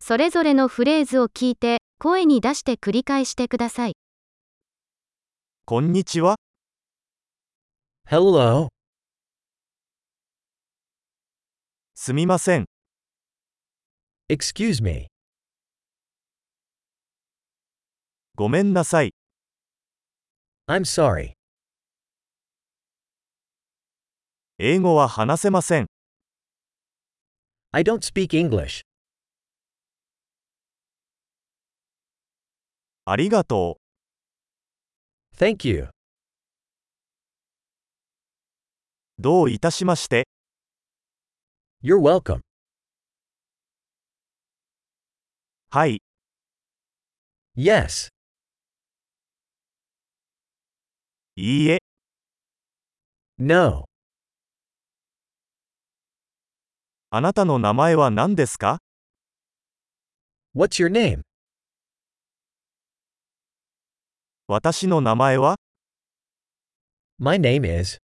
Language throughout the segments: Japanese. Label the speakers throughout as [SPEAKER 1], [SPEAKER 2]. [SPEAKER 1] それぞれのフレーズを聞いて、声に出して繰り返してください。
[SPEAKER 2] こんにちは。
[SPEAKER 3] Hello.
[SPEAKER 2] すみません。
[SPEAKER 3] Excuse me.
[SPEAKER 2] ごめんなさい。
[SPEAKER 3] I'm sorry.
[SPEAKER 2] 英語は話せません。
[SPEAKER 3] I don't speak English.
[SPEAKER 2] ありがと
[SPEAKER 3] Thank you.
[SPEAKER 2] う。どういたしまして。
[SPEAKER 3] You're welcome.
[SPEAKER 2] はい。
[SPEAKER 3] Yes.
[SPEAKER 2] いいえ。
[SPEAKER 3] No.
[SPEAKER 2] あなたの名前は何ですか
[SPEAKER 3] What's your name?
[SPEAKER 2] 私の名前は
[SPEAKER 3] My name is.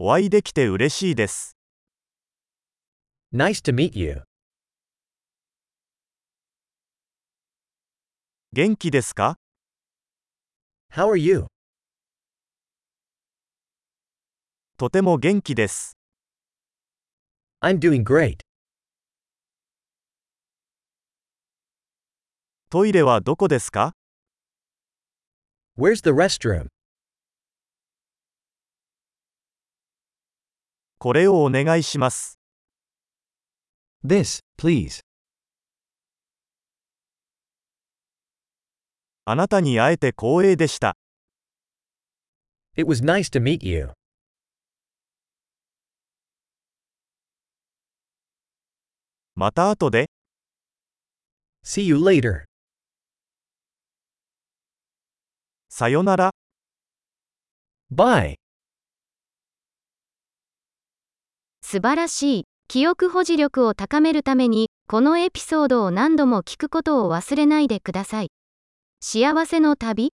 [SPEAKER 2] お会いできて嬉しいです。
[SPEAKER 3] Nice to meet you.
[SPEAKER 2] 元気ですか
[SPEAKER 3] How are you?
[SPEAKER 2] とても元気です。
[SPEAKER 3] I'm doing great.
[SPEAKER 2] トイレはどこですか
[SPEAKER 3] Where's the restroom?
[SPEAKER 2] これをお願いします。
[SPEAKER 3] This, please.
[SPEAKER 2] あなたに会えて光栄でした。
[SPEAKER 3] It was nice to meet you.
[SPEAKER 2] また後で。
[SPEAKER 3] See you later.
[SPEAKER 2] さよなら。
[SPEAKER 3] Bye.
[SPEAKER 1] 素晴らしい。記憶保持力を高めるために、このエピソードを何度も聞くことを忘れないでください。幸せの旅